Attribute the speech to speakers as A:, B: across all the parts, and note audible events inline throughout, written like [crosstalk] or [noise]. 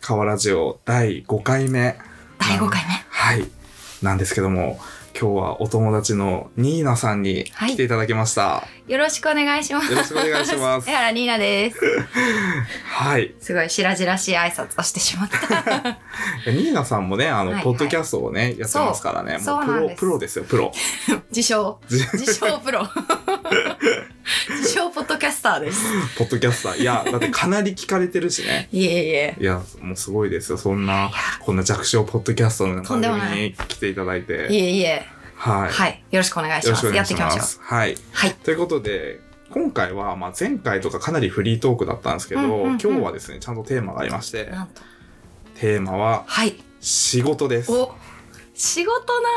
A: 川ラジオ第5回目
B: 第5回目
A: はいなんですけども今日はお友達のニーナさんに
B: はい
A: 来ていただきました、
B: よろしくお願いします
A: よろしくお願いし
B: [laughs]
A: ます
B: 江原ニーナです
A: はい
B: すごい白々しい挨拶をしてしまった
A: [laughs] えニーナさんもねあの、
B: はいはい
A: ポッドキャストをねやってますからね
B: そう
A: もう
B: そう
A: プロ
B: なんです
A: プロですよプロ [laughs]
B: 自称自称プロ自称ポッドキャスターです
A: ポッドキャスターいやだってかなり聞かれてるしね
B: いえいえ
A: いやもうすごいですよそんなこんな弱小ポッドキャストの
B: と
A: 番
B: んでも
A: 組
B: ない
A: に来ていただい
B: い
A: て
B: えいえ
A: はい、
B: はいよろしくお願いし
A: よろし
B: ま
A: く
B: す
A: お
B: や
A: 願い
B: って
A: し
B: いきま
A: ま
B: しょう
A: すはい
B: はい
A: ということで今回は、まあ、前回とかかなりフリートークだったんですけど、
B: うんうんうん
A: 今日はですねちゃんとテーマがありまして
B: なんと
A: テーマは
B: はい
A: 仕事です
B: お仕事な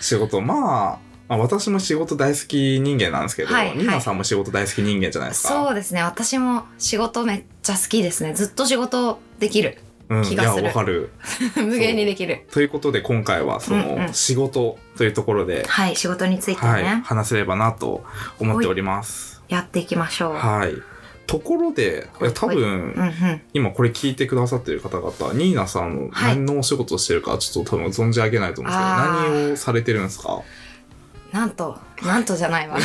A: 仕事まあ、まあ私も仕事大好き人間なんですけど、
B: はいはい
A: ニーナさんも仕事大好き人間じゃない
B: ー
A: です
B: そ
A: か
B: うですね私も仕事めっちゃ好きですねずっと仕事で
A: [laughs]
B: きる
A: う、ん、
B: 気がする
A: いやわかる
B: 無限にできる
A: ということで今回はその、
B: うんうん
A: 仕事というところで、
B: はい仕事についてね、
A: はい、話せればなと思っております
B: やっていきましょう、
A: はいところでいや多分、
B: うんうん
A: 今これ聞いてくださってる方々ニーナさんの
B: はい
A: 何のお仕事をしてるかちょっと多分存じ上げないと思うんですけど、
B: あー
A: 何をされてるんですか
B: なんと、なんとじゃな
A: [laughs]
B: いわ。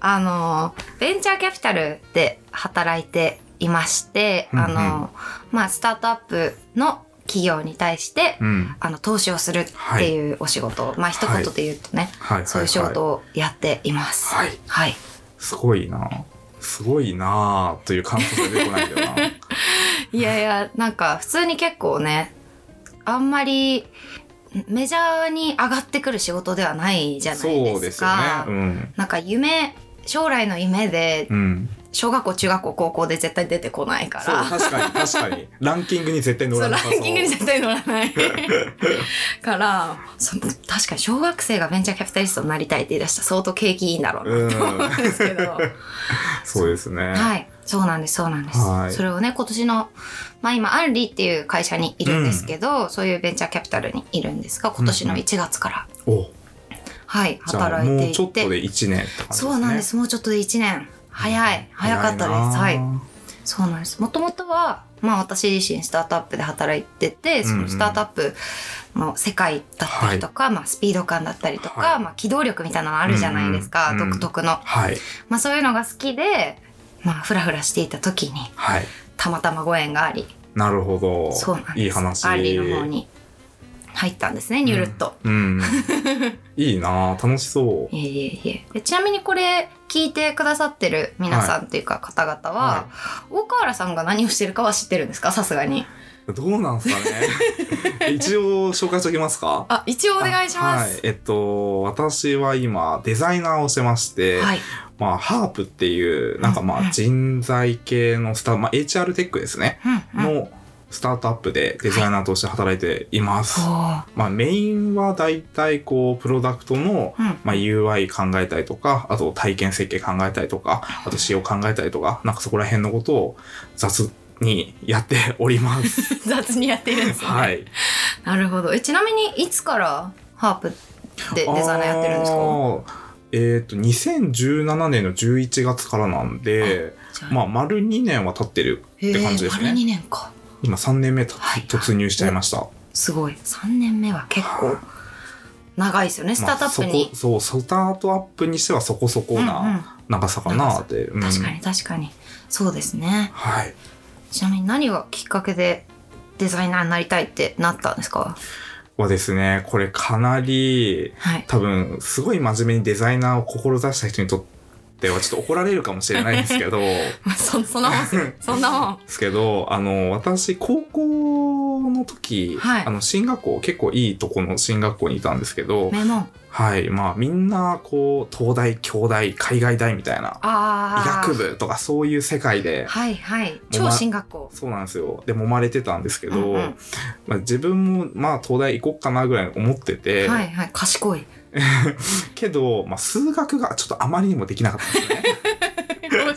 B: あの、ベンチャーキャピタルで働いていまして、
A: うんうん
B: あの、まあ、スタートアップの企業に対して、
A: うん
B: あの、投資をするっていうお仕事、まあ、一言で言うとね、
A: はい
B: そういう仕事をやっています。
A: はい
B: はい。
A: すごいなすごいなという感想が出てこないんだ
B: [laughs]
A: よな
B: いやいや、なんか、普通に結構ね、あんまり、メジャーに上がってくる仕事ではないじゃないですか。
A: そうですよねうん
B: なんか夢、将来の夢で
A: うん、
B: 小学校中学校高校で絶対出てこないか
A: そう
B: ら
A: 確かに確かにランキングに絶対乗
B: そ
A: ら
B: う
A: な
B: ラ
A: さそう
B: ンキングに絶対乗ら
A: [laughs]
B: ないからそう確かに小学生がベンチャーキャピタリストになりたいって言い出したら相当景気いいんだろうなと思うんですけど、
A: [laughs] そうですね
B: はいそうなんですそうなんです、
A: はい
B: それをね今年のまあ今アンリっていう会社にいるんですけど、そういうベンチャーキャピタルにいるんですが今年の1月から、
A: お
B: はい
A: じゃあ
B: 働い
A: も
B: て
A: う
B: い
A: ちょってとで1年って感じですね
B: そうなんですもうちょっとで1年早い早かったですは
A: 早
B: い
A: な
B: そうなんです。もともとは、まあ私自身スタートアップで働いてて、そ
A: うんう
B: の
A: ん
B: スタートアップの世界だったりとか、まあスピード感だったりとか、
A: はい
B: まあ機動力みたいなのあるじゃないですか、
A: うんうん
B: 独特の。
A: はい
B: まあそういうのが好きで、まあフラフラしていた時に、
A: はい
B: たまたまご縁があり、
A: なるほど
B: そうなんです。
A: いい話
B: アーリーの方に入ったんですね、ニュルッと。
A: うん、いいなあ楽しそう。
B: いえいえいえでちなみにこれ聞いてくださってる皆さんというか方々は、
A: は
B: 大河原さんが何をしてるかは知ってるんですかさすがに
A: どうなんすか
B: [laughs]
A: ね。一応紹介しておきますか。
B: あ一応お願いします
A: はい、えっと私は今デザイナーをしてまして、
B: はい。
A: まあハープっていうなんか
B: うん
A: ま
B: う
A: あ
B: ん
A: 人材系のスタまあ HR テックですね、
B: うんうん。
A: のスタートアップでデザイナーとして働いています。
B: そ
A: まあメインはだいたいこうプロダクトの
B: う。うん。
A: まあ、UI 考えたりとか、あと体験設計考えたりとか、あと仕様考えたりとか、なんかそこら辺のことを雑にやっており
B: [laughs]
A: ます。
B: [laughs] 雑にやっているんですね。
A: はい。
B: なるほど。えちなみにいつからハープでデザイナーやってるんです
A: あ
B: か。
A: ーえっ、と、2017年の11月からなんで、
B: じゃ
A: まあ、丸2年は経ってる。って感じですね
B: へー丸二年か。
A: 今3年目た
B: はい
A: 突入しちゃいました。
B: すごい。三年目は結構長いですよね。スタートアップ
A: ま
B: に
A: あ。そこそう、スタートアップにしてはそこそこ
B: うん
A: な長さかなって。
B: うん確か
A: うん
B: に確かに。そうですね。
A: はい。
B: ちなみに何がきっかけでデザイナーになりたいってなったんですか。
A: はですね、これかなり、
B: はい。
A: 多分すごい真面目にデザイナーを志した人にとってはちょっと怒られるかもしれないんですけ
B: [laughs]
A: どで
B: まあ [laughs] そそんなもんっすよ。 [laughs] そんなもん。
A: すけどあの私高校の時、
B: はい
A: あの進学校結構いいとこの進学校にいたんですけど、
B: 名門。
A: はいまあ、みんなこう東大京大海外大みたいな医
B: ああ。
A: 学。部とかそういう世界で。
B: はいはい。超進学校。
A: そうなんですよで揉まれてたんですけど、
B: うんうん
A: まあ、自分もまあ東大行こっかなぐらい思ってて、
B: はいはい賢い
A: けど、まあ、数学がちょっとあまりにもできなかったんですね。
B: 面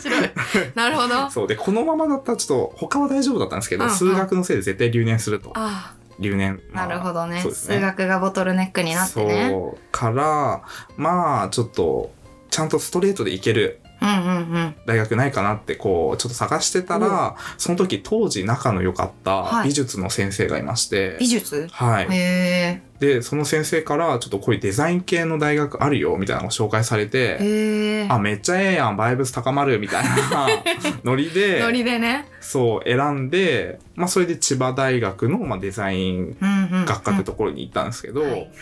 A: [laughs]
B: 白いなるほどあ
A: そうでこのままだったらちょっと他は大丈夫だったんですけど、
B: うんうん
A: 数学のせいで絶対留年すると
B: あ
A: 留年、まあ
B: なるほどね,、
A: そうですね
B: 数学がボトルネックになってね
A: そうからまあちょっとちゃんとストレートでいける
B: うんうんうん。
A: 大学ないかなってこうちょっと探してたらその時当時仲の良かった
B: はい
A: 美術の先生がいまして
B: 美、術
A: はい
B: へえ。
A: でその先生からちょっとこういうデザイン系の大学あるよみたいなのを紹介されて。
B: へえ。
A: あ、めっちゃええやん、バイブス高まるみたいなノリで、
B: [laughs] ノリでね。
A: そう、選んで、まあ、それで千葉大学の、まあ、デザイン
B: うんうんうん。
A: 学科ってところに行ったんですけど、
B: はいはい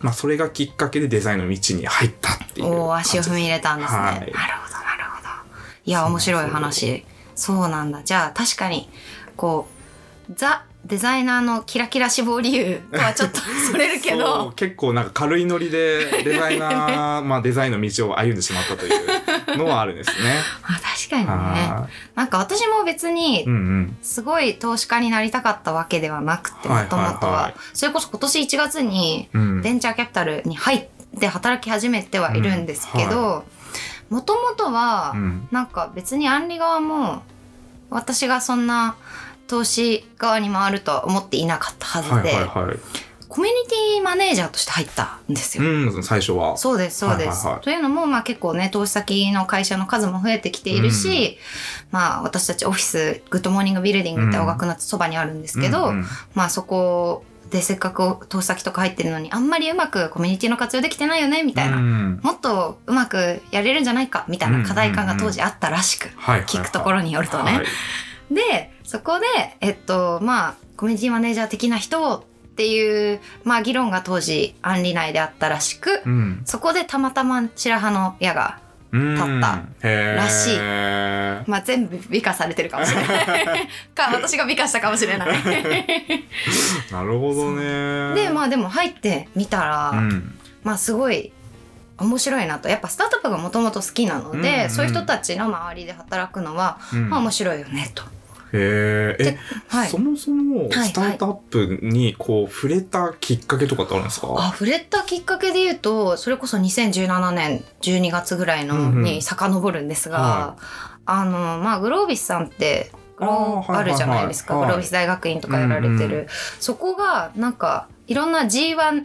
A: まあ、それがきっかけでデザインの道に入ったっていう感じ。
B: おおー足を踏み入れたんですね、
A: はい
B: なるほどなるほどいや
A: そう
B: 面白い話そうなんだじゃあ確かにこうザデザイナーのキラキラ志望理由とはちょっと [laughs] それるけ
A: そ
B: ど
A: う結構なんか軽いノリでデザイナ
B: [laughs]
A: ー、まあ、デザインの道を歩んでしまったというのはあるんですね。
B: あ確かにね
A: は
B: なんか私も別
A: い
B: に
A: うんうん。
B: すごい投資家になりたかったわけではなくて
A: は
B: も
A: い
B: とも
A: は
B: と
A: いは
B: はいそれこそ今年1月に
A: うん
B: ベンチャーキャピタルに入って働き始めてはいるんですけ
A: うん
B: どもともとは
A: うん
B: なんか別にアンリ側も私がそんな投資側に回るとは思っていなかったは
A: は
B: ず
A: い
B: で、
A: はいはい。
B: コミュニティマネージャーとして入ったんですよ。
A: うん、最初は。
B: そうですそうです、
A: はいはいはい
B: というのも、まあ、結構ね投資先の会社の数も増えてきているし、まあ、私たちオフィスグッドモーニングビルディングって
A: うん
B: 青学のそばにあるんですけ
A: う
B: ど、
A: んうん
B: まあ、そこでせっかく投資先とか入ってるのにあんまりうまくコミュニティの活用できてないよねみたいな、
A: うん
B: もっとうまくやれるんじゃないかみたいな課題感が当時あったらしく、
A: はいはいはい
B: 聞くところによるとね。
A: はい
B: でそこでえっとまあコミュニティマネージャー的な人をっていう、まあ、議論が当時案里内であったらしく、
A: うん、
B: そこでたまたま白羽の矢が、
A: 立
B: 立った
A: ら
B: らしい
A: へ
B: まあ、全部美化されてるかもしれない
A: [laughs]
B: か私が美化したかもしれない
A: ーなるほどね。
B: でまあでも入ってみたら、
A: うん
B: まあすごい面白いなとやっぱスタートアップがもともと好きなので、
A: うんうん
B: そういう人たちの周りで働くのは、
A: うん
B: まあ面白いよねと。
A: へーえ
B: ではい
A: そもそも
B: いはい
A: スタートアップにこう触れたきっかけとかってあるんですか、
B: あ触れたきっかけで言うとそれこそ2017年12月ぐらい
A: うん
B: の
A: うん
B: に遡るんですが、
A: は
B: あのまあグロービスさんってグロ
A: あー
B: ー
A: はいはいはい
B: あるじゃないですか、
A: はい
B: グロービス大学院とかやられてる、
A: うんう
B: そこがなんかいろんな G1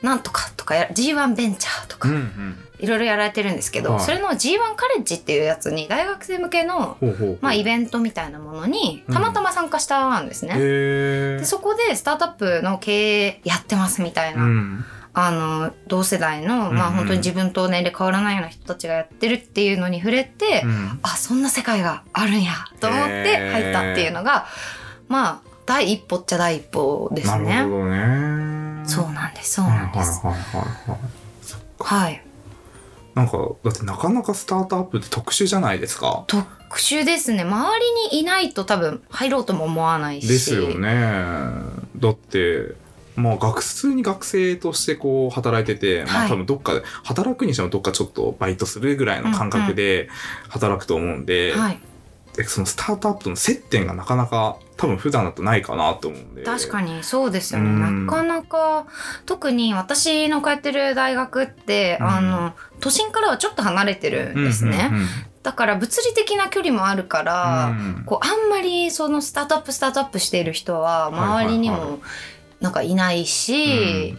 B: なんとかとかや G1 ベンチャーと
A: う
B: か
A: んうん、
B: いろいろやられてるんですけど、
A: はい
B: それの G1 カレッジっていうやつに大学生向けの、
A: ほうほうほう
B: まあ、イベントみたいなものに
A: うん
B: たまたま参加したんです
A: へ
B: ね。で
A: ー
B: そこでスタートアップの経営やってますみたいな、
A: うん
B: あの同世代の、ま
A: う
B: あ、
A: んうん
B: 本当に自分と年齢変わらないような人たちがやってるっていうのに触れて、
A: うん
B: あそんな世界があるんやと思って入ったっていうのが、まあ第一歩っちゃ第一歩です
A: なる
B: ね。
A: ほどね。
B: そうなんですそう
A: はいは
B: なん
A: い
B: です。
A: はいはいはい。
B: はい、
A: なんかだってなかなかスタートアップって特殊じゃないですか。
B: 特殊ですね周りにいないと多分入ろうとも思わないし
A: ですよね。だって。まあ、学普通に学生としてこう働いてて、ま
B: は
A: あ、
B: い
A: 多分どっかで働くにしてもどっかちょっとバイトするぐらいの感覚で働くと思うんで,、
B: はい、
A: でそのスタートアップとの接点がなかなか多分普段だとないかなと思うんで
B: 確
A: に
B: かにそうですよね、
A: うん
B: なかなか特に私の通ってる大学って、
A: うん
B: あの都心からはちょっと離れてるんですね。だから物理的な距離もあるから、こうあんまりそのスタートアップスタートアップしている人
A: はい
B: は
A: はいはい
B: 周りにもなんかいない
A: う
B: し、
A: ん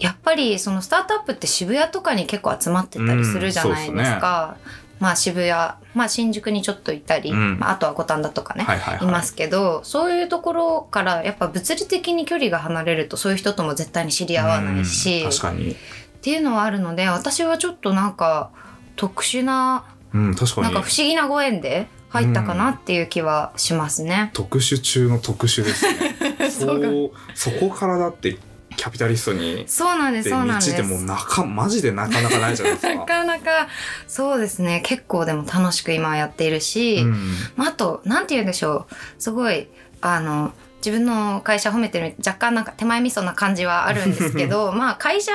B: やっぱりそのスタートアップって渋谷とかに結構集まってたりするじゃないですか。まあ渋谷、まあ新宿にちょっといたり、
A: うん
B: まああとは五反田とかね、
A: はいはいはい
B: いますけど、そういうところからやっぱ物理的に距離が離れるとそういう人とも絶対に知り合わないし、
A: うん
B: っ
A: 確かに、
B: ていうのはあるので、私はちょっとなんか特殊な
A: うん、確かに
B: なんか不思議なご縁で入ったかなっていう気はしますね。
A: 特殊中の特殊ですね
B: [laughs] そうか
A: そうそこからだってキャピタリストに
B: そうなんです、
A: で
B: そう
A: 道
B: なんです。
A: でもなかマジでなかなかないじゃないですか。
B: なかなか、そうですね。結構でも楽しく今やっているし、
A: うん
B: まあ、あと、なんて言うんでしょう。すごい、あの、自分の会社褒めてる若干なんか手前味噌な感じはあるんです
A: [laughs]
B: けど、まあ会社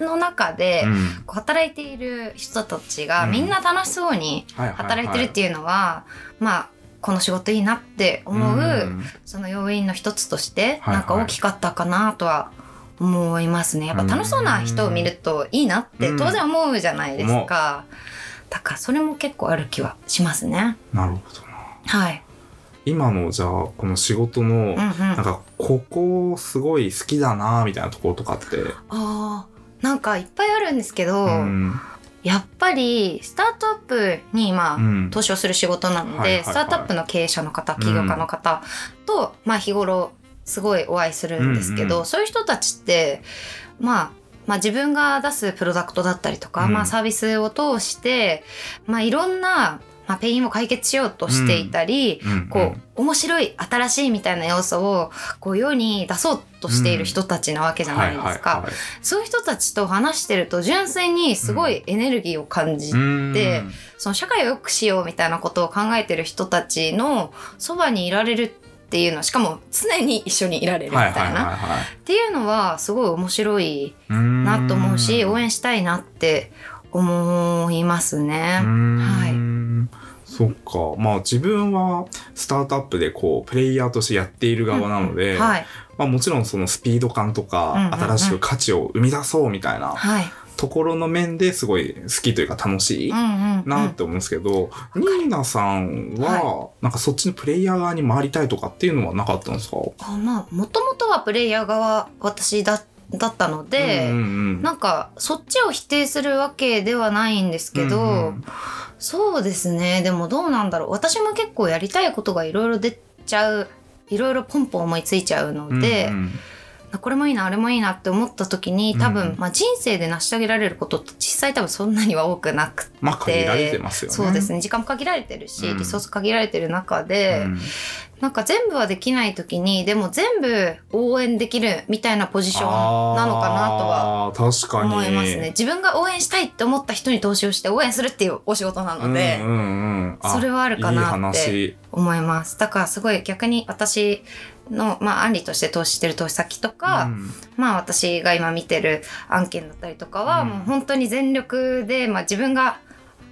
B: の中で
A: うん
B: こう働いている人たちが
A: うん
B: みんな楽しそうに
A: ははは
B: 働いてるっていうのは、まあこの仕事いいなって思う、
A: ん
B: その要因の一つとして、
A: はい
B: なんか大きかったかなとは思いますね。やっぱ楽しそうな人を見るといいなって
A: うん
B: 当然思うじゃないですか。だからそれも結構ある気はしますね。
A: なるほどな。
B: はい。
A: 今のじゃあこの仕事の、
B: うんうん。
A: なん
B: あ
A: かここすごい好きだなみたいなところとかって、
B: あー、なんかいっぱいあるんですけど、
A: うん
B: やっぱりスタートアップにまあ、
A: うん
B: 投資をする仕事なので、
A: はいはいはい
B: スタートアップの経営者の方起業家の方と、まあ、日頃すごいお会いするんですけど、
A: うんうん
B: そういう人たちって、まあ、まあ自分が出すプロダクトだったりとか、
A: うん
B: まあ、サービスを通して、まあ、いろんな、まあ、ペインを解決しようとしていたり、
A: うん
B: こう面白い新しいみたいな要素をこう世に出そうとしている人たちなわけじゃないですか。
A: はいはいはい
B: そういう人たちと話してると純粋にすごいエネルギーを感じ、で
A: うん
B: その社会を良くしようみたいなことを考えてる人たちのそばにいられるっていうのしかも常に一緒にいられるみたいな、
A: はいはいはい
B: っていうのはすごい面白い
A: はい、
B: なと思うし、
A: うん
B: 応援したいなって思いますね。はい
A: い。そっか。まあ自分はスタートアップでこうプレイヤーとしてやっている側なので、
B: はい、
A: まあもちろんそのスピード感とか、
B: うんうんうん
A: 新しく価値を生み出そうみたいな
B: はい、
A: ところの面ですごい好きというか楽しい。
B: うんうんうん
A: なって思うんですけど、ニーナさんは、なんかそっちのプレイヤー側に回りたいとかっていうのはなかったんですか
B: あまあもともとはプレイヤー側私だだったので、
A: うんうん
B: なんかそっちを否定するわけではないんですけど、
A: うんうん
B: そうですねでもどうなんだろう私も結構やりたいことがいろいろ出ちゃういろいろポンポン思いついちゃうので、
A: うんうん
B: これもいいなあれもいいなって思った時に多分、
A: うん
B: まあ、人生で成し遂げられることって実際多分そんなには多くなくて、
A: まあ限られてますよね。
B: そうですね時間も限られてるし、
A: うん
B: リソース限られてる中で、
A: うん
B: なんか全部はできない時にでも全部応援できるみたいなポジションなのかなとは
A: あー確かに
B: 思いますね。自分が応援したいって思った人に投資をして応援するっていうお仕事なので、
A: うんうんうん、あ
B: それはあるかなって
A: いい話
B: 思いますだからすごい逆に私の、まあ、案理として投資してる投資先とか、
A: うん
B: まあ私が今見てる案件だったりとかは、
A: うん
B: もう本当に全力で、まあ、自分が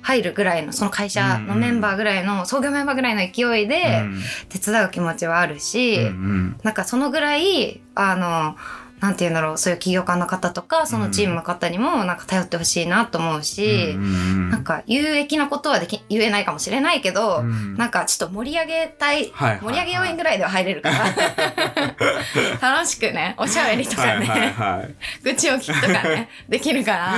B: 入るぐらいのその会社のメンバーぐらいの、創業メンバーぐらいの勢いで手伝う気持ちはあるし、
A: うんうん
B: なんかそのぐらいあのなんて言うんだろうそういう起業家の方とかそのチームの方にもなんか頼ってほしいなと思うし、
A: うんうん
B: なんか有益なことはでき言えないかもしれないけど、
A: うん
B: なんかちょっと盛り上げた
A: は
B: い
A: いはいはい
B: 盛り上げ要員ぐらいでは入れるから
A: [laughs]
B: 楽しくねおしゃべりとかね、
A: はいはいはい、
B: 愚痴を聞くとか
A: [laughs]
B: ねできるから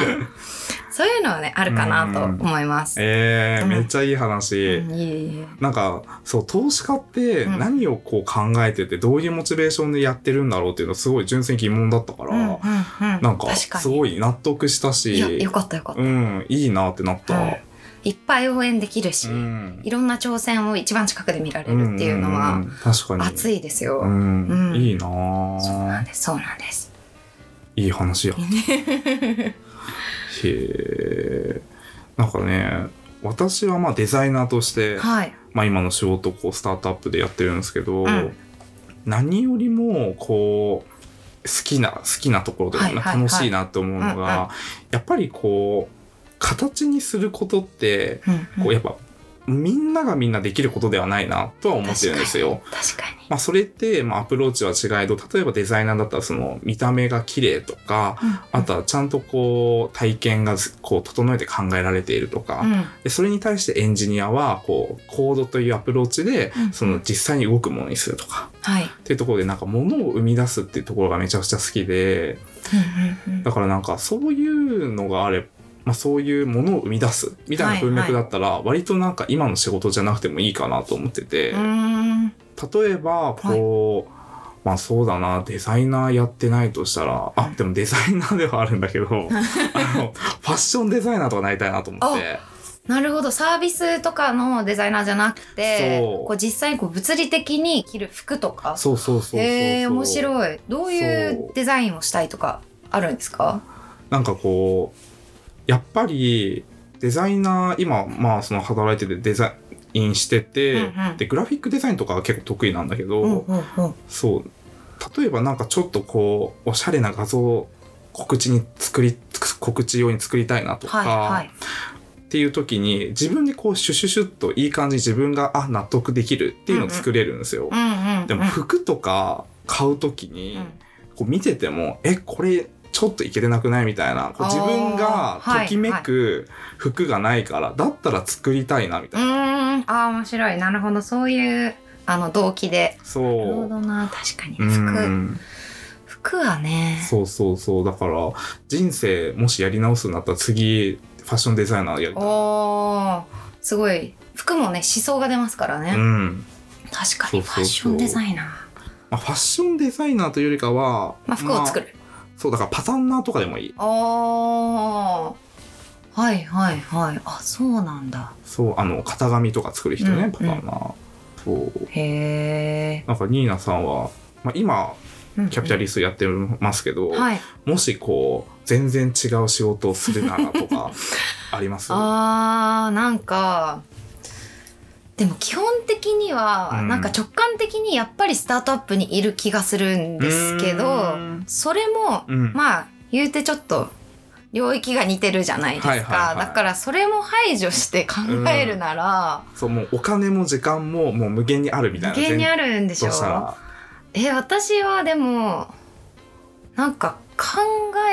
B: そういうのはねあるかなと思います。
A: えー
B: [laughs] うん
A: めっちゃいい話、
B: うんいえいえ
A: なんかそう投資家って
B: うん
A: 何をこう考えててどういうモチベーションでやってるんだろうっていうのすごい純粋に疑問だったから、
B: うんうんうん
A: なんか
B: 確
A: す
B: に
A: ごい納得したし
B: いやよかったよかった、
A: うん、いいなってなった、
B: はいいっぱい応援できるし、
A: うん
B: いろんな挑戦を一番近くで見られるっていうの
A: んん
B: は
A: ん確かに
B: 熱いですよ。
A: うん
B: うん
A: いいな
B: そうなん
A: ぁ
B: です。そうなんです。
A: いい話やへえなんかね私はまあデザイナーとして、
B: はい。
A: まあ、今の仕事をこうスタートアップでやってるんですけど、
B: うん
A: 何よりもこう好きな好きなところというか、
B: はいはいはい
A: 楽しいなと思うのが、
B: うんうん
A: やっぱりこう形にすることって
B: うんうん
A: こうやっぱみんながみんなできることではないなとは思ってるんですよ。
B: 確かに。
A: まあ、それって、まあ、アプローチは違えど例えばデザイナーだったらその見た目が綺麗とかあとはちゃんとこう体験がずこう整えて考えられているとか、
B: うんうん
A: でそれに対してエンジニアはこうコードというアプローチで
B: うん
A: その実際に動くものにするとか
B: はい。
A: っていうところでなんか物を生み出すっていうところがめちゃくちゃ好きで
B: うんうんうん
A: だからなんかそういうのがあれまあ、そういうものを生み出すみたいな文脈だったら割となんか今の仕事じゃなくてもいいかなと思ってて、
B: うーん
A: 例えばこう、まあそうだなデザイナーやってないとしたらあでもデザイナーではあるんだけ
B: [laughs]
A: どあのファッションデザイナーとかなりたいなと思って
B: なるほどサービスとかのデザイナーじゃなくて
A: そう
B: こう実際にこう物理的に着る服とか
A: そうそうそうそうそう
B: へえ面白いどうい
A: そう
B: うデザインをしたいとかあるんですか
A: なんかこうやっぱりデザイナー今まあその働いててデザインしてて、
B: うんうん
A: でグラフィックデザインとかは結構得意なんだけど、
B: うんうんうん
A: そう例えばなんかちょっとこうおしゃれな画像を告知に作り告知用に作りたいなとか、
B: はいはい
A: っていう時に自分でこうシュシュシュッといい感じに自分があ納得できるっていうのを作れるんですよ。
B: うんうんうん
A: でも服とか買う時にこう見ててもえこれちょっといけてなくないみたいなこう
B: あー
A: 自分が
B: はい
A: ときめく服がないから、だったら作りたいなみた
B: う
A: いな、
B: んああ面白いなるほどそういうあの動機でなる
A: そ
B: ほ
A: う。
B: どな確かに
A: う
B: 服
A: ん、
B: 服はね
A: そうそうそうだから人生もしやり直すんだったら次ファァッションデザイナーやりたい。
B: おーすごい服もね思想が出ますからね、
A: うん。
B: 確か
A: そうそうそう
B: にファッションデザイナー
A: まあ、ファッションデザイナーというよりかは、
B: まあ服を作
A: る。
B: る、
A: そう、だからパタンナーとかでもいい。
B: おーはいはいはいあそうなんだ
A: そう、あの、型紙とか作る人ね、
B: うん
A: パタンナー。そう。
B: へえ
A: なんか、ニーナさんは、まあ、今、キャピタ
B: リ
A: リストやってますけど、
B: はい
A: もしこう、全然違う仕事をするならと
B: [laughs]
A: か、あります
B: あーなんかでも基本的には、
A: うん
B: なんか直感的にやっぱりスタートアップにいる気がするんですけ
A: う
B: ど
A: ーん
B: それも
A: うん。
B: まあ言うてちょっと領域が似てるじゃないですか、
A: はいはいはい
B: だからそれも排除して考えるなら、
A: そう、もうお金も時間ももう無限にあるみたいな。
B: 無限にあるんで
A: 全
B: し
A: 部
B: ょ
A: としたら。
B: え私はでもなんか考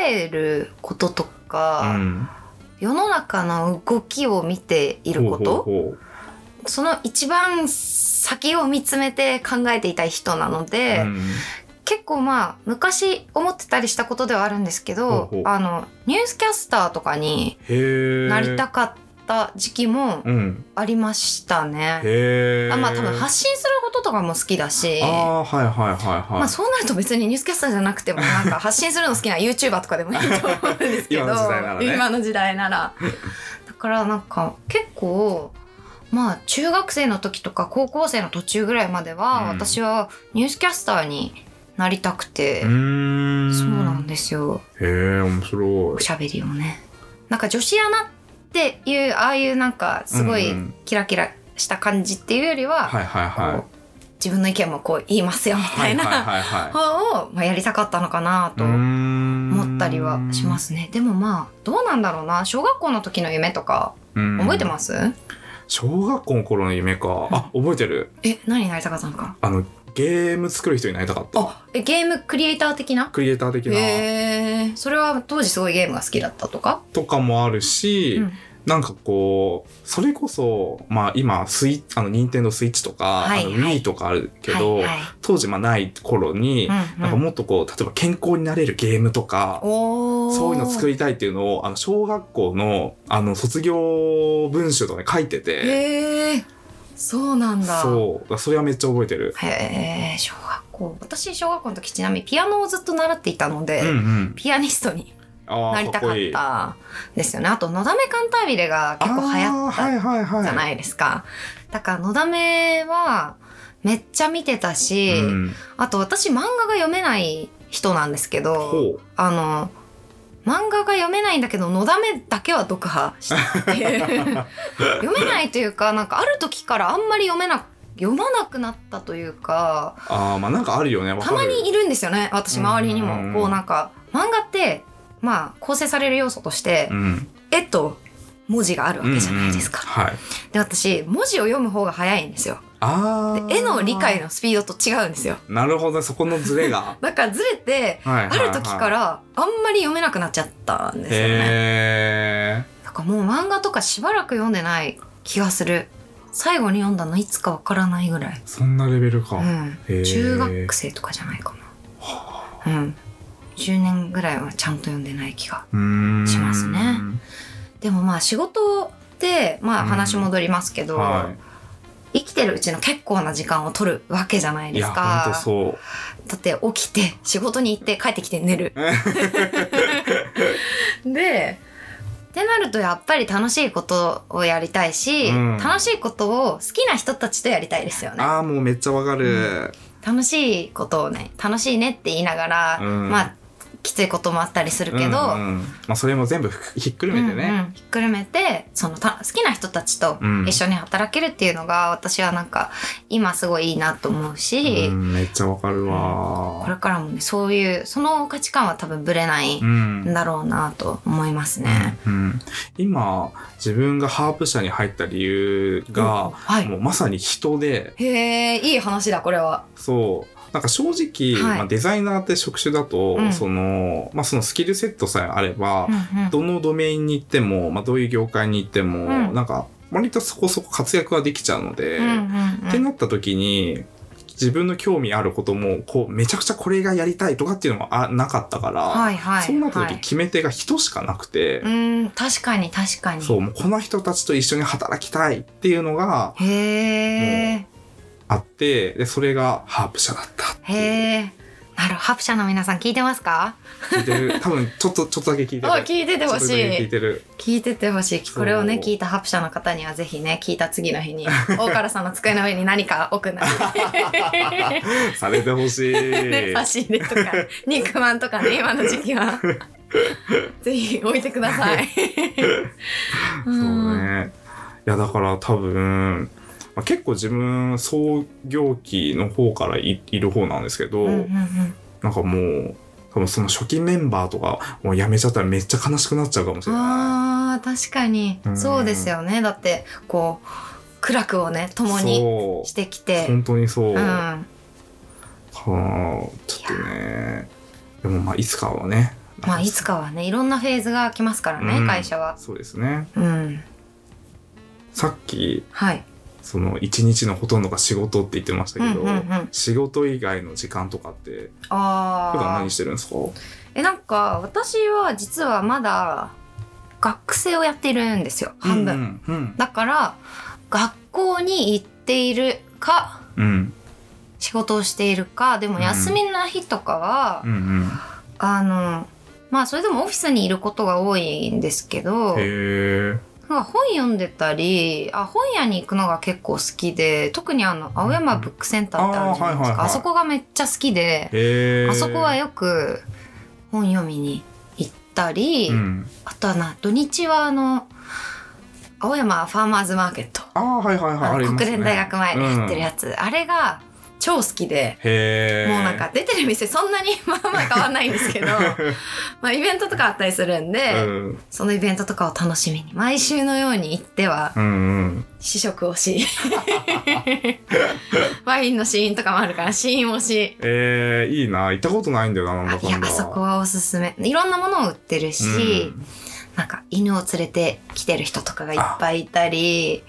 B: えることと
A: う
B: か、
A: ん
B: 世の中の動きを見ていること
A: ほうほうほう
B: その一番先を見つめて考えていたい人なので、
A: うん
B: 結構まあ昔思ってたりしたことではあるんですけ
A: ほ
B: ど
A: うほう
B: あのニュースキャスターとかに
A: へえ。
B: なりたかった時期も
A: うん。
B: ありましたね。
A: へえ。
B: あまあ多分発信することとかも好きだし。
A: ああー、はいはいはいはい。
B: まあそうなると別にニュースキャスターじゃなく
A: [laughs]
B: てもなんか発信するの好きな YouTuber とかでもいいと思うんですけ
A: [laughs]
B: ど
A: 今の時代ならね
B: 今の時代ならだからなんか結構まあ中学生の時とか高校生の途中ぐらいまで
A: う
B: は
A: ん
B: 私はニュースキャスターになりたくて、
A: うーん。
B: そうなんですよ
A: へえ、面白
B: お
A: い。
B: しゃべりをね。なんか女子アナっていうああいうなんかすごい
A: うんうん
B: キラキラした感じっていうよりは、
A: はいはいはい
B: こ。う自分の意見もこう言いますよみたいな。
A: はいはいはい
B: [laughs]
A: は。。
B: 方を、まあ、やりたかったのかないと思ったりはしますすねでもまあどうなんだろうな小学校の時の夢とか覚
A: 覚
B: えてますす、
A: 小学校の頃の夢か。あ、覚えてる。
B: え何になりたかったのか
A: あの、ゲーム作る人になりたかった。
B: あえゲームクリエイター的な
A: クリエイター的
B: へ
A: な。
B: えそれは当時すごいゲームが好きだったとか、
A: とかもあるし、
B: うん
A: なんかこう、それこそ、まあ今、スイあの、ニンテンドースイッチとか、
B: はい
A: あの
B: はい
A: Wii とかあるけど、
B: はいはい
A: 当時まあない頃に、
B: うん
A: なんかもっとこう、例えば健康になれるゲームとか、
B: お
A: そういうの作
B: り
A: りたいっていうのを、あの、小学校の、あの、卒業文集とかに書いてて、
B: へえそうなんだ
A: そう、それはめっちゃ覚えてる。
B: へえ小学校私小学校の時ちなみにピアノをずっと習っていたので、
A: うんうん。
B: ピアニストに
A: あ
B: な
A: あ、
B: り
A: か
B: た
A: っ
B: か
A: こ
B: っ
A: いい。
B: たですよね。あと、のだめカンタービレが結構流行
A: あ
B: っ
A: ーはい
B: た
A: はいはい。
B: じゃないですか。だから、のだめはめっちゃ見てたし、
A: うん、
B: あと私漫画が読めない人なんですけど、
A: ほう。
B: あの、漫画が読めないんだけど、のだめだけは読破して
A: [laughs]
B: て読めないというか、なんかある時からあんまり読めな、読まなくなったというか、
A: ああ、まあなんかあるよね。わか
B: た
A: る
B: まにいるんですよね私周りに
A: うん
B: もこうなんか漫画ってまあ構成される要素として
A: うん。
B: 絵と文字があるわけじゃないですか、
A: うんうんはい。
B: で私文字を読む方が早いんですよ
A: ああ。
B: で絵の理解。のスピードと違うんですよ。
A: なるほどね、そこのズレが
B: [laughs] だからずれて
A: はいはい
B: あ
A: はい
B: る時からあんまり読めなくなっちゃったんですよね
A: へえ。
B: だからもう漫画とかしばらく読んでない気がする最後に読んだのいつかわからないぐらい
A: そんなレベルか。
B: う
A: へ
B: ん、
A: ー
B: 中学生とかじゃないかな、うん、10年ぐらいはちゃんと読んでない気が
A: うーん。
B: しますねでもまあ仕事でまあ話戻りますけど、
A: は
B: 生きてるうちの結構な時間を取るわけじゃない
A: い。い
B: で
A: や、
B: す
A: ほんと
B: か
A: そう。
B: だって起きて仕事に行って帰ってきて寝る [laughs] でってなるとやっぱり楽しいことをやりたいし、
A: うん
B: 楽しいことを好きな人たちとやりたいですよね
A: ああ、もうめっちゃわかる。
B: 楽しいことをね楽しいねって言いながら、
A: うん
B: まあきついこともあったりする
A: うん
B: けど、
A: うんまあそれも全部ふくひっくるめて
B: うん
A: ね。
B: うんひっくるめてそのた好きな人たちと
A: うん
B: 一緒に働けるっていうのが、私はなんか今すごいいいなと思うし、
A: うんめっちゃわかる
B: これ
A: わ。
B: からもねそういうその価値観は多分ぶれないん
A: ん
B: だろうなと思いますね。
A: うん、今自分がハープ社に入った理由
B: うん
A: が、
B: はい
A: もうまさに人で
B: へえいい話だこれは。
A: そうなんか正直、
B: はい
A: まあ、デザイナーって職種だと、
B: うん
A: そのまあ、そのスキルセットさえあれば
B: う、んうん
A: どのドメインに行っても、まあ、どういう業界に行っても、
B: うん
A: なんか割とそこそこ活躍はできちゃうので、
B: うんうんうん
A: ってなった時に自分の興味あることも、こう、めちゃくちゃこれがやりたいとかっていうのがあなかったから、
B: はいはい。
A: そうなった
B: は
A: 時
B: い
A: 決め手が人しかなくて、
B: うーん、確かに確かに。
A: そう、もうこの人たちと一緒に働きたいっていうのが
B: へえ。
A: あって、で、それがハープ社だったって
B: へ
A: いう。
B: え。なるハプ社の皆さん聞いてますか？
A: 聞いてる。多分、ちょっと、ちょっとだけ聞いてる。
B: あ聞いててほし
A: ちょっとだけ聞い
B: い。
A: てる。
B: 聞いててほしい。
A: そう
B: これをね聞いたハプ社の方にはぜひね聞いた次の
A: [laughs]
B: 日に大原さんの机の上に何か置くなり、
A: されてほしい。
B: ね差し入れと
A: [laughs]
B: か肉まんとかね今の時期はぜひ置いてください。う
A: [laughs] そう
B: ね。
A: ね。いや、だから多分、まあ、結構自分、創業期の方からいいる方なんですけど、
B: うんうんうん
A: なんかもう、多分その初期メンバーとか、もう辞めちゃったらめっちゃ悲しくなっちゃうかもしれな
B: あー確かに、
A: うん
B: そうですよねだってこう苦楽をね
A: い。
B: 共に
A: そ
B: してき
A: う。
B: て
A: 本当にそう。
B: う
A: は
B: ん
A: あちょっとね。でもまあ、いつかはね。
B: まあいつかはねいろんなフェーズが来ますからね、
A: うん
B: 会社は。
A: そうですね。
B: うん、
A: さっき、
B: はい、
A: その、一日のほとんどが仕事って言ってました
B: うん
A: け
B: う
A: ど、
B: んうん、
A: 仕事以外の時間とかって、普段
B: あ
A: 何
B: ー
A: してるんですか
B: えなんか私は実はまだ学生をやっているんですよ半分、
A: 分。うん。
B: だから学校に行っているか
A: うん。
B: 仕事をしているかでも休みの日とかは、
A: うんうん。
B: あのまあそれでもオフィスにいることが多いんですけど
A: へえ。
B: なんか本読んでたりあ本屋に行くのが結構好きで特にあの青山ブックセンターってあるじゃないで
A: あーは
B: す
A: いはい
B: か
A: はい
B: あそこがめっちゃ好きで
A: へえ。
B: あそこはよく本読みに行ったり、
A: うん。
B: あとはな土日はあの青山ファーマーズマーケット、
A: ああ、はいはいはい。あ
B: あの
A: りますね
B: 国連大学前にやってるやつ、あれが超好きで。
A: へえ。
B: もうなんか出てる店そんなに [laughs] まあまあ変わんないんです
A: [laughs]
B: けどまあイベントとかあったりするんで、
A: うん。
B: そのイベントとかを楽しみに毎週のように行っては
A: うんうん。
B: 試食
A: [laughs]
B: をしワインの試飲とかもあるから試飲をし
A: えー、いいな。行ったことないんだよな、なんだ
B: あ
A: か
B: い
A: んだ。
B: やあそこはおすすめいろんなものを売ってるし、なんか犬を連れてきてる人とかがいっぱいいたり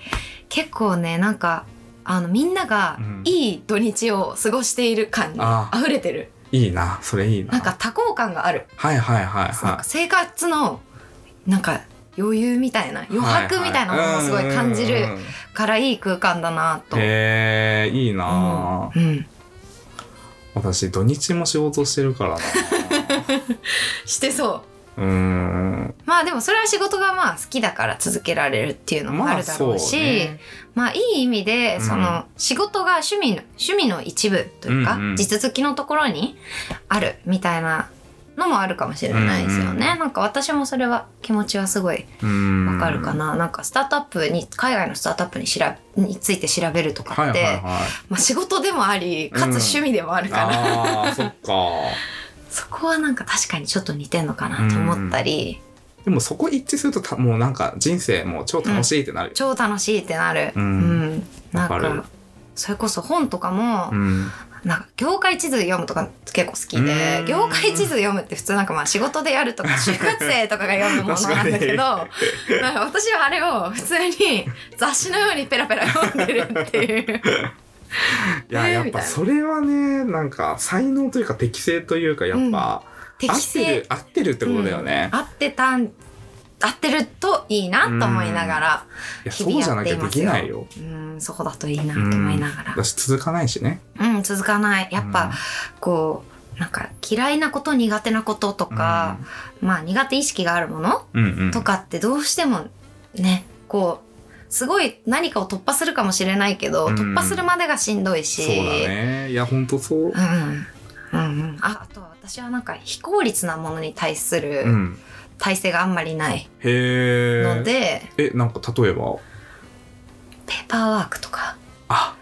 B: 結構ねなんかあのみんなが
A: うん
B: いい土日を過ごしている感に
A: あ
B: 溢れてる
A: うん。いいな。それいいな。
B: なんか、多幸感がある。
A: はいはいはい
B: なんか
A: は。
B: 生活のなんか余裕みたいない余白みたいなものをすごい感じ
A: うんうん
B: る
A: うんうん
B: からいい空間だなと。
A: へえいいな、
B: うんうん
A: 私、土日も仕事してるからな。
B: してそ
A: う
B: う
A: ーん。
B: まあでもそれは仕事がまあ好きだから続けられるっていうのもあるだろうし、まあ
A: ね
B: いい意味で
A: うん
B: その仕事が趣味の趣味の一部というか、
A: うんうん
B: 地続きのところにあるみたいなのもあるかもしれないですよね。
A: うん
B: なんか私もそれは気持ちはすごい
A: うん。
B: わかるかな、なんかスタートアップに海外のスタートアップにしらについて調べるとかっ
A: は
B: て、
A: いはいはい。
B: まあ、仕事でもありかつ
A: うん
B: 趣味でもあるから、
A: ああー、そっか。
B: そこはなんか確かにちょっと似てんのかなと思ったり、
A: でもそこ一致するとたもうなんか人生もう超楽しいってなるよ。
B: 超楽しいってなる、
A: う
B: うんんなん
A: わかる
B: かそれこそ本とかも、
A: うん。
B: なんか業界地図読むとか結構好きで、
A: うん
B: 業界地図読むって普通なんかまあ仕事でや
A: [laughs]
B: るとか就活生とかが読むものなんだけどなんか私はあれを普通に雑誌のようにペラペラ読んでるっていう。
A: いや、
B: ね
A: やっ
B: みた
A: ぱ
B: いな
A: それはね、なんか才能というか適性というか、やっぱ、 [laughs] 合
B: 適
A: って
B: 正
A: る、合ってるってことだよね。
B: 合ってたん合ってるといいなと思いながら、
A: いや、
B: 日
A: そう
B: 々
A: じゃ
B: や
A: な
B: っ
A: き
B: て
A: ゃ
B: い
A: で
B: ます
A: き
B: よ。
A: ないよ。
B: うん、そこだといいなと思いながら、
A: だし続かないしね。
B: うん、続かない。やっぱ、
A: う
B: こうなんか嫌いなこと苦手なこととか、まあ苦手意識があるもの
A: ん、うんうん
B: とかってどうしてもね、こうすごい何かを突破するかもしれないけど、
A: うん
B: 突破するまでがしんどいし、
A: そうだね。いや、ほんとそう。
B: うん、うんうん、ああとは私はなんか非効率なものに対す
A: う
B: る
A: ん。
B: 体制があんまりない
A: へえ。
B: ので。
A: え、なんか例えば、
B: ペーパーワークとか
A: [laughs] あ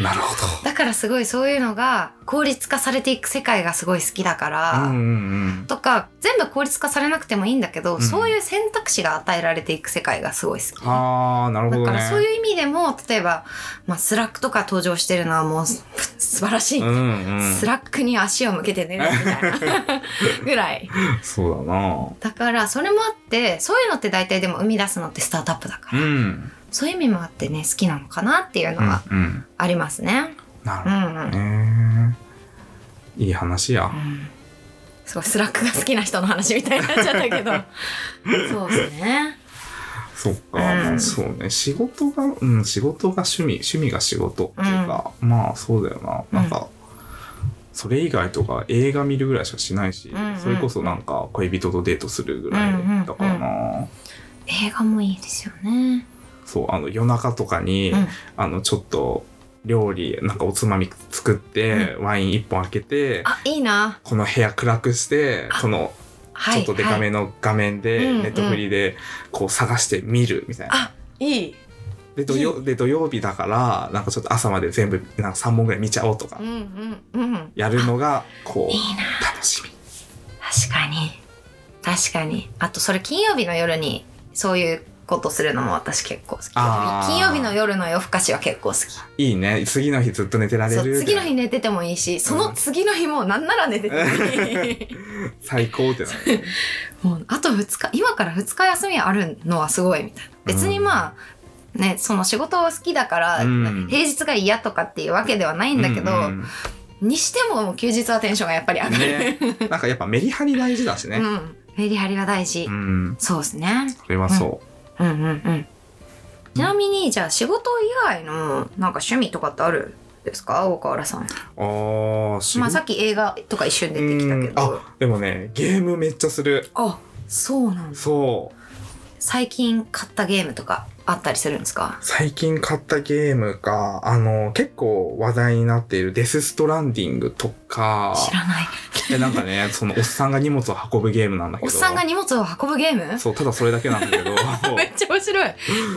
A: なるほ
B: だからすごいそういうのが効率化されていく世界がすごい好きだから、
A: ど。うんうん
B: とか全部効率化されなくてもいいんだけど、
A: うん
B: そういう選択肢が与えられていく世界がすごい好き。
A: うん。ああ、なるほ
B: だ
A: どね。
B: からそういう意味でも例えば、まあ、スラックとか登場してるのはもう素晴らしい、
A: うんうん。
B: スラックに足を向けて寝るみたいな
A: [laughs]
B: ぐらい
A: そうだな。
B: だからそれもあってそういうのって大体でも生み出すのってスタートアップだか
A: う
B: ら、
A: ん。
B: そういう意味もあってね好きなのかなっていうのは
A: うんうん
B: ありますね。
A: な
B: う
A: る
B: んう
A: ほ
B: ん
A: どね。いい話や。
B: すごいスラックが好きな人の話みたいになっちゃった
A: [laughs]
B: けどそうですね
A: そっか、
B: うん
A: まあそうね。仕事が、うん、仕事が趣味、趣味が仕事っていうか、まあそうだよな。なんか、それ以外とか映画見るぐらいしかしないし、
B: うんうん
A: それこそなんか恋人とデートするぐらいだからな。
B: 映画もいいですよね、
A: そう、あの夜中とかに、
B: うん
A: あのちょっと料理、なんかおつまみ作って、ワイン一本開けて、
B: あいいな
A: この部屋暗くして、この
B: は
A: ち
B: い
A: ょっとデカ
B: はい
A: めの画面で、
B: うんうん
A: ネットフリでこう探して見るみたいな。
B: あいい
A: で土曜で土曜日だからなんかちょっと朝まで全部なんか3本ぐらい見ちゃおうとか
B: うんうんうん
A: やるのがこ
B: いいうな
A: 楽しみ。
B: 確かに確かにあとそれ金曜日の夜にそういうことするのも私結構好き
A: あー
B: 金曜日の夜の夜更かしは結構好き
A: いいね次の日ずっと寝てられ
B: そう
A: る
B: 次の日寝ててもいいしその次の日もなんなら寝ててもい
A: [laughs]
B: い
A: 最高ってなる。
B: もうあと2日今から2日休みあるのはすごいみたいな別にまあ、ねその仕事を好きだから、
A: うん
B: 平日が嫌とかっていうわけではないんだけど、
A: うん
B: にしてももう休日はテンションがやっぱり上
A: う
B: が
A: ん
B: る、 [laughs]
A: ね、なんかやっぱメリハリ大事だし
B: う
A: ね。
B: んメリハリは大事、
A: うん、
B: そうですね
A: それはそ
B: うんうんうんちなみにじゃあ仕事以外のなんか趣味とかってあるんですか大河原さん、
A: う。ああ、
B: まあ、
A: 仕
B: さっき映画とか一瞬出てきたけ
A: うん
B: どあ
A: あでもねゲームめっちゃする
B: そうなんです
A: そう
B: 最近買ったゲームとかあったりするんですか
A: 最近買ったゲームがあの結構話題になっている「デス・ストランディング」とか
B: 知らない
A: えなんかねそのおっさんが荷物を運ぶゲームなんだけ
B: お
A: ど
B: っさんが荷物を運ぶゲーム
A: そうただそれだけなんだけ
B: [laughs]
A: ど
B: めっちゃ面白い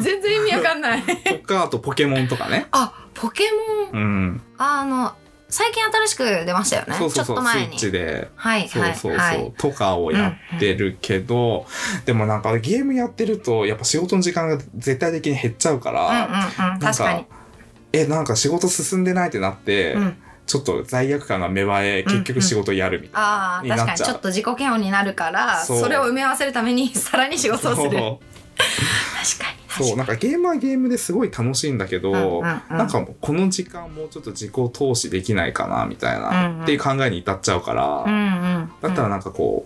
B: 全然意味わかんない
A: とかあとポケモンとかね
B: あポケモン
A: うん
B: あの最近新しく出ましたよね
A: そうそう
B: ちょ
A: そ
B: っ
A: う
B: と
A: スイ
B: 前
A: ッ
B: に
A: チで
B: はい
A: そう
B: はい
A: そうそう、
B: はい
A: とかをやってるけど、でもなんかゲームやってるとやっぱ仕事の時間が絶対的に減っちゃうか
B: うん
A: ら、
B: うんうん
A: なん
B: 確かに
A: えなんか仕事進んでないってなって、
B: うん
A: ちょっと罪悪感が芽生え
B: うんうん
A: 結局仕事やるみたいな。
B: ああ
A: になっ
B: 確かに
A: ちゃう
B: ちょっと自己嫌悪になるから
A: そう
B: それを埋め合わせるために [laughs] さらに仕事をする確かに
A: そうそう
B: 確か
A: なんかゲームはゲームですごい楽しいんだけど、
B: にうんうんうん
A: なんかもうこの時間もうちょっと自己投資できないかなみたいな、
B: うんうん
A: っていう考えに至っちゃうから、
B: うんうん
A: だったらなんかこ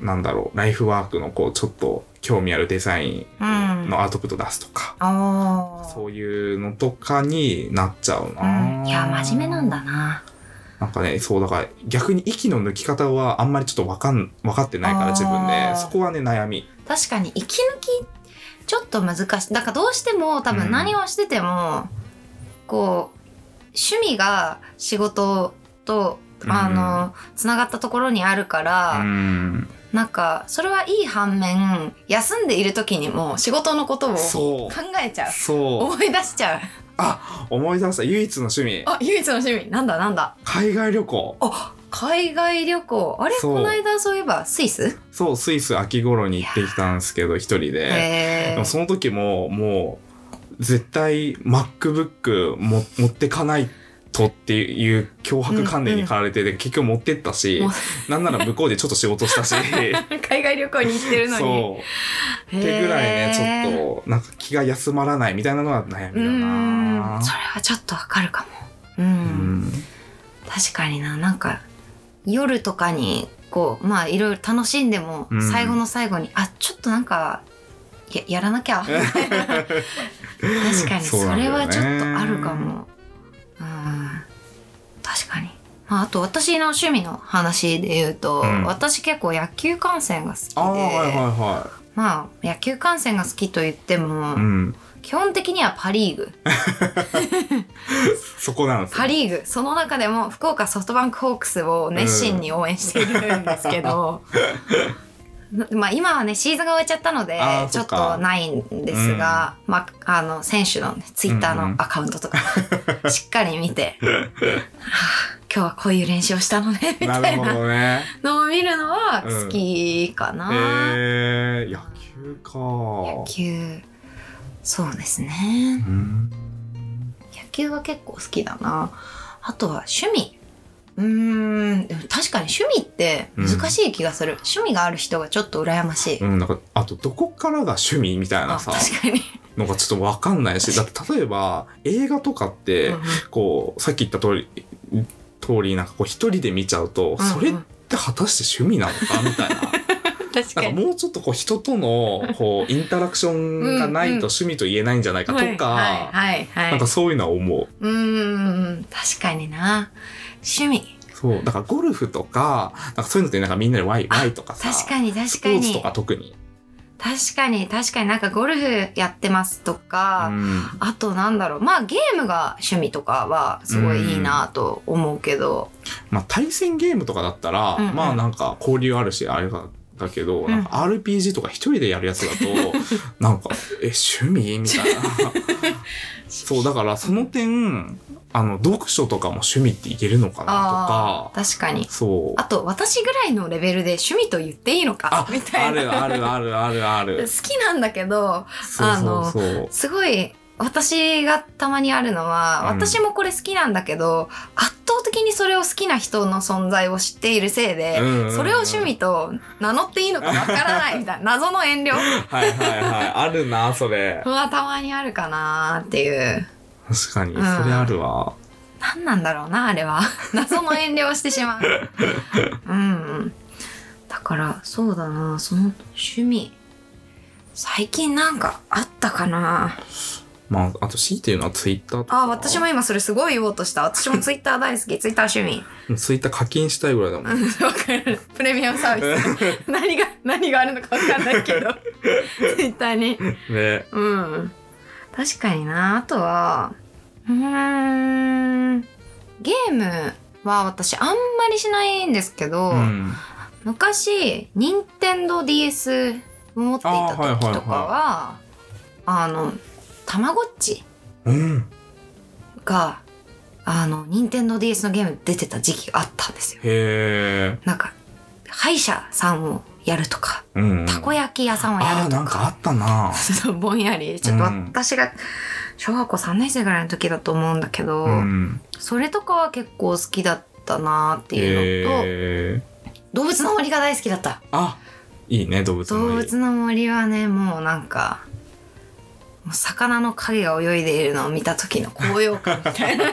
A: うなんだろうライフワークのこうちょっと興味あるデザインのアウトプット出すとか、
B: ああ
A: そういうのとかになっちゃうな、
B: うんいや真面目なんだな
A: なんかねそうだから逆に息の抜き方はあんまりちょっとわかん分かってないから自分
B: あー
A: でそこはね悩み
B: 確かに息抜きちょっと難しいだからどうしても多
A: う
B: 分
A: ん
B: 何をしてても、こう趣味が仕事と
A: うん
B: あのつながったところにあるか
A: う
B: ら、
A: ん
B: なんかそれはいい反面休んでいる時にも仕事のことを考
A: そう
B: えちゃう
A: そう
B: 思い出しちゃう
A: あ思い出した唯一の趣味
B: あ唯一の趣味なんだなんだ
A: 海外旅行
B: あ海外旅行あれ
A: そう
B: この間そういえばスイス
A: そうスイス秋頃に行ってきたんですけど一人で。
B: へ
A: で
B: ー
A: もその時ももう絶対 MacBook も持ってかないとっていう脅迫観念に駆られて、で結局持ってったし
B: もう
A: なんなら向こうでちょっと仕事した
B: [laughs]
A: し
B: 海外旅行に行ってるのに
A: そう
B: へー
A: ってぐらいねちょっとなんか気が休まらないみたいなのが悩みだ
B: うー
A: なん
B: それはちょっとわかるかもうん、
A: うん
B: 確かにななんか夜とかにこうまあいろいろ楽しんでも、
A: うん
B: 最後の最後にあちょっとなんかややら
A: [laughs]
B: なきゃ確かに
A: そ
B: そう
A: なんだ
B: れ
A: よね
B: はちょっとあるかもうん確かに、まあ、あと私の趣味の話で言うと、
A: うん
B: 私結構野球観戦が好きで
A: ああはいはいは
B: まあ野球観戦が好きと言っても、
A: い、うん、
B: 基本的にはパ・リーグ
A: そこなんです
B: パ・リーグその中でも福岡ソフトバンクホークスを熱心に応援しているんですけど、な [laughs] まあ今はねシーズンが終えちゃったので
A: あー
B: ち
A: そ
B: ょ
A: っ
B: っ
A: か
B: とないんですが、まあ、あの選手の、ね、ツイッター
A: うんう
B: の
A: ん
B: アカウントとか、しっかり見
A: [laughs]
B: てはあ今日はこういう練習をしたのねみ
A: な
B: たい
A: るほ
B: な
A: どね
B: のを見るのは好きかな。
A: えー、野球か
B: 野球そうですね
A: うん
B: 野球が結構好きだなあとは趣味うーんでも確かに趣味って難しい気がする、趣味がある人がちょっと羨ましい、
A: うん、なんかあとどこからが趣味みたい
B: あ
A: なさ
B: 確かに
A: のがちょっとわかんないし、だって例えば映画とかって、こう、さっき言った通り、通り、なんかこう一人で見ちゃうと、それって果たして趣味なのかみたい [laughs] な。
B: [laughs] 確
A: なん
B: か
A: か
B: に
A: もうちょっとこう人とのこうインタラクションがないと趣味と言えないんじゃないかと
B: はい
A: か、
B: はいはい、
A: なんかそういうのは思う。
B: うーん確かにな趣味
A: そう、だからゴルフとか、なんかそういうのってなんかみんなでワイワイとかさ、
B: 確かに確
A: ス
B: か
A: ポーツ
B: に
A: とか特に。
B: 確かに確かになんかゴルフやってますとか、
A: うん
B: あとなんだろうまあゲームが趣味とかはすごいいいなと思うけど、
A: まあ対戦ゲームとかだったら、
B: うんうん
A: まあなんか交流あるし、あれが、だけど、
B: うん
A: なんか RPG とか一人でやるやつだ
B: [laughs]
A: と、なんか、え、趣味みたいな。そう、だからその点、あの、読書とかも趣味っていけるのかなと
B: あ
A: か、
B: あ確かに
A: そう
B: あ。と私ぐらいのレベルで趣味と言っていいのか
A: あ
B: みた
A: あ
B: いな
A: るあるあるあるあ
B: 好 [laughs]
A: る。
B: きなんだけど
A: そうそうそう。
B: すごい私がたまにあるのは、
A: うん
B: 私もこれ好きなんだけど圧倒的にそれを好きな人の存在を知っているせいで、
A: うんうんうん
B: それを趣味と名乗っていいのかわからないみたいな謎の遠慮
A: はいはいはい。あるな、それ。
B: はたまにあるかなっていう
A: 確かに、
B: う
A: そ
B: ん
A: れあるわ。
B: 何なんだろうなあれは [laughs] 謎の遠慮をしてしまう [laughs] うんだからそうだなその趣味最近なんかあったかな
A: まあ、あと C っていうのはツイッターとか。
B: あ私も今それすごい言おうとした私もツイッター大好きツイッター趣味
A: ツイッター課金したいぐらいだもん。
B: わかるプレミアムサービス [laughs] 何が何があるのかわかんないけ [laughs] どツイッターに
A: [laughs] ね。
B: うん確かになあとはうーんゲームは私あんまりしないんですけど、
A: うん。
B: 昔任天堂 d s を持っていた
A: あはいはいは
B: 時
A: い
B: とかはあのたまごっち
A: うん。
B: があの任天堂 d s のゲーム出てた時期があったんですよ
A: へえ。
B: なんか歯医者さんをやるとか
A: うん。
B: たこ焼き屋さんをやる
A: あー
B: と
A: なんかあったな。
B: ちょっ [laughs] とぼんやりちょっと
A: うん
B: 私が小学校3年生ぐらいの時だと思うんだけど、
A: うん。
B: それとかは結構好きだったなっていうのと、
A: へえ。
B: 動物の森が大好きだった
A: あ、いいね動物の
B: 動
A: 森
B: 物の森はねもうなんかもう魚の影が泳いでいるのを見た時の高揚感みた
A: [laughs]
B: いな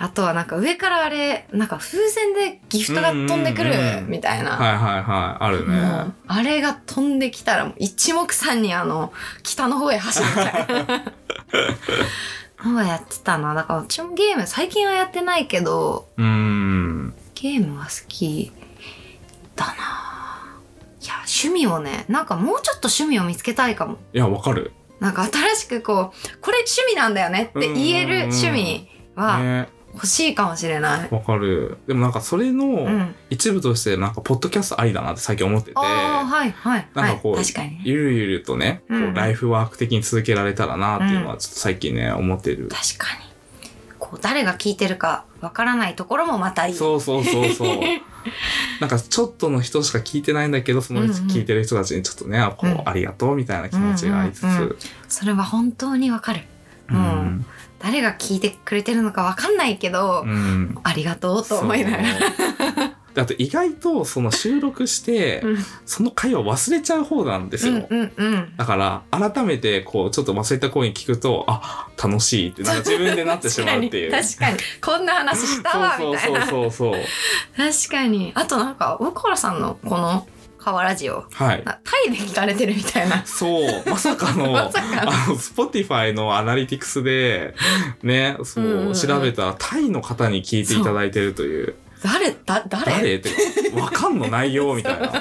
B: あとはなんか上からあれなんか風船でギフトが飛んでくる
A: うんうんうん
B: みたいな、
A: はいはいはいあるね。
B: もうあれが飛んできたらもう一目散にあの北の方へ走るみたい
A: [laughs]
B: なのをやってたなだからうちもゲーム最近はやってないけど
A: うん。
B: ゲームは好きだなあいや趣味をねなんかもうちょっと趣味を見つけたいかも
A: いやわかる。
B: なんか新しくこうこれ趣味なんだよねって言える趣味は
A: ね
B: 欲しいかもしれない、
A: わかる。でもなんかそれ
B: う
A: の
B: ん、
A: 一部としてなんかポッドキャストありだなって最近思ってて。
B: ああはいはい
A: な
B: は
A: ん
B: い
A: かこう
B: 確かにね
A: ゆるゆるとね、こ
B: う
A: うんライフワーク的に続けられたらなっていうのはちょっと最近ね、思ってる。
B: 確かにこう誰が聞いてるかわからないところもまたいい
A: そうそうそう
B: [laughs]
A: そう。なんかちょっとの人しか聞いてないんだけど、その
B: うんうん
A: 聞いてる人たちにちょっとね、こ
B: うん
A: う、ありがとうみたいな気持ちがありつつ。
B: うんうんうんそれは本当にわかるうん誰が聞いてくれてるのかわかんないけど、
A: うんうん
B: ありがとうと思いながら
A: そうあと意外とその収録して、
B: うん
A: その会話忘れちゃう方なんです
B: う
A: よ。
B: んうんうん
A: だから改めてこうちょっと忘れた声に聞くとあ楽しいってなんか自分でなってしまうっていう。
B: 確かに確かにこんな話したわみた
A: [laughs]
B: い
A: そう
B: な
A: そうそうそう。
B: 確かにあとなんか大河原さんのこの河原ジオ
A: はい。
B: なタイで聞かれてるみたいな
A: そうまさかの。
B: [laughs] まさかの
A: あの、Spotify のアナリティクスで、ね、そうう、
B: んうんうん
A: 調べたら、タイの方に聞いていただいてるという、
B: 誰だ誰
A: 誰って、わかんの内容みたい
B: [laughs]
A: な。
B: 確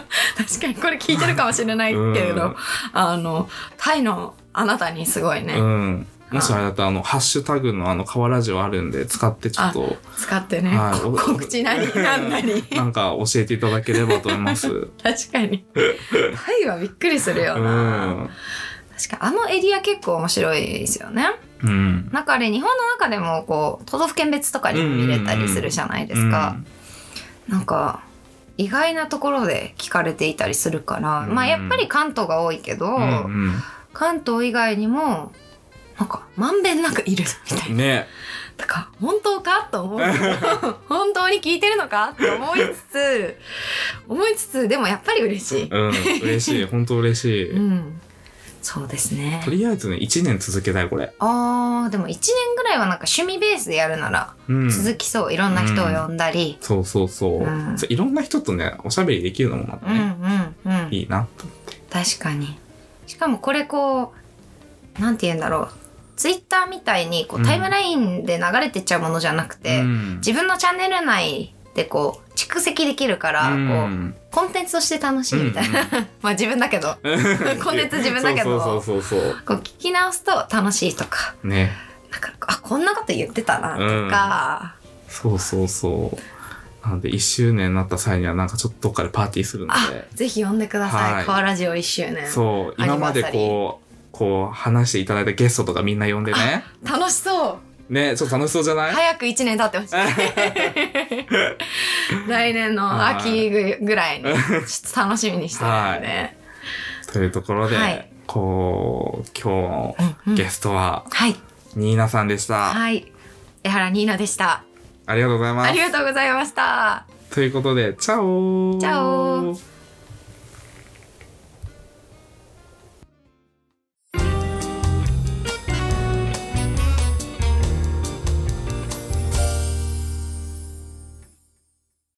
B: かにこれ聞いてるかもしれないけれど、
A: うん
B: あのタイのあなたにすごいね、
A: うん。もしあれだったら、あの、ハッシュタグのあの、河ラジオあるんで、使ってちょっと、
B: 使ってね、
A: はい
B: こ告知なりなん
A: [laughs]
B: なり
A: なんか教えていただければと思い
B: [laughs]
A: ます。うん。
B: 確かにタイはびっくりするよな、確かにあのエリア結構面白いですよね
A: うん。
B: なんかあれ日本の中でもこう都道府県別とかにも見れたりするじゃないですか、なんか意外なところで聞かれていたりするから、
A: うん
B: まあやっぱり関東が多いけど、
A: うん。うん
B: 関東以外にもなんかまんべんなくいるみたい
A: うん
B: な
A: ね。
B: だから本当かと思うけ
A: [laughs]
B: ど本当に聞いてるのかって思いつつ思いつつでもやっぱり嬉しい、
A: うん。嬉しい。本当嬉しい。
B: うん、そうですね
A: とりあえずね1年続けたいこれ、
B: あーでも1年ぐらいはなんか趣味ベースでやるなら
A: うん、
B: 続きそう、いろんな人を呼んだり、
A: そうそうそう、
B: うん
A: そういろんな人とねおしゃべりできるのもまた
B: うん、うん
A: ね、
B: うん
A: いいなと
B: 確かにしかもこれこうなんて言うんだろうツイッターみたいにこ
A: う
B: うんタイムラインで流れてっちゃうものじゃなくて、
A: うん
B: 自分のチャンネル内でこう蓄積できるから、こうコンテンツとして楽しいみたいな、 [laughs] まあ自分だ
A: [laughs]
B: けど
A: うん
B: コンテンツ自分だけど
A: そうそうそうそうそ
B: こう聞き直すと楽しいとか
A: うね
B: なんかあこんなこと言ってたなとか、
A: そうそうそうなので1周年になった際にはなんかちょっとどっかでパーティーするの
B: あ
A: で
B: ぜひ呼んでください、
A: はい
B: コアラジオ1周年
A: そう今まで
B: アニバーサリー
A: こうこう話していただいたゲストとかみんな呼んでね
B: 楽しそう
A: ねちょっと楽しそうじゃない、
B: 早く1年経ってほしい来年の秋ぐらいにちょっと楽しみにしてるので、
A: というところで、
B: はい
A: こう今日
B: うんう
A: の
B: ん
A: ゲストは
B: はい
A: ニーナさんでした、
B: はい江原ニーナでした
A: ありがとうござい
B: あ
A: ます
B: りがとうございました
A: ということでチャオー
B: チャオー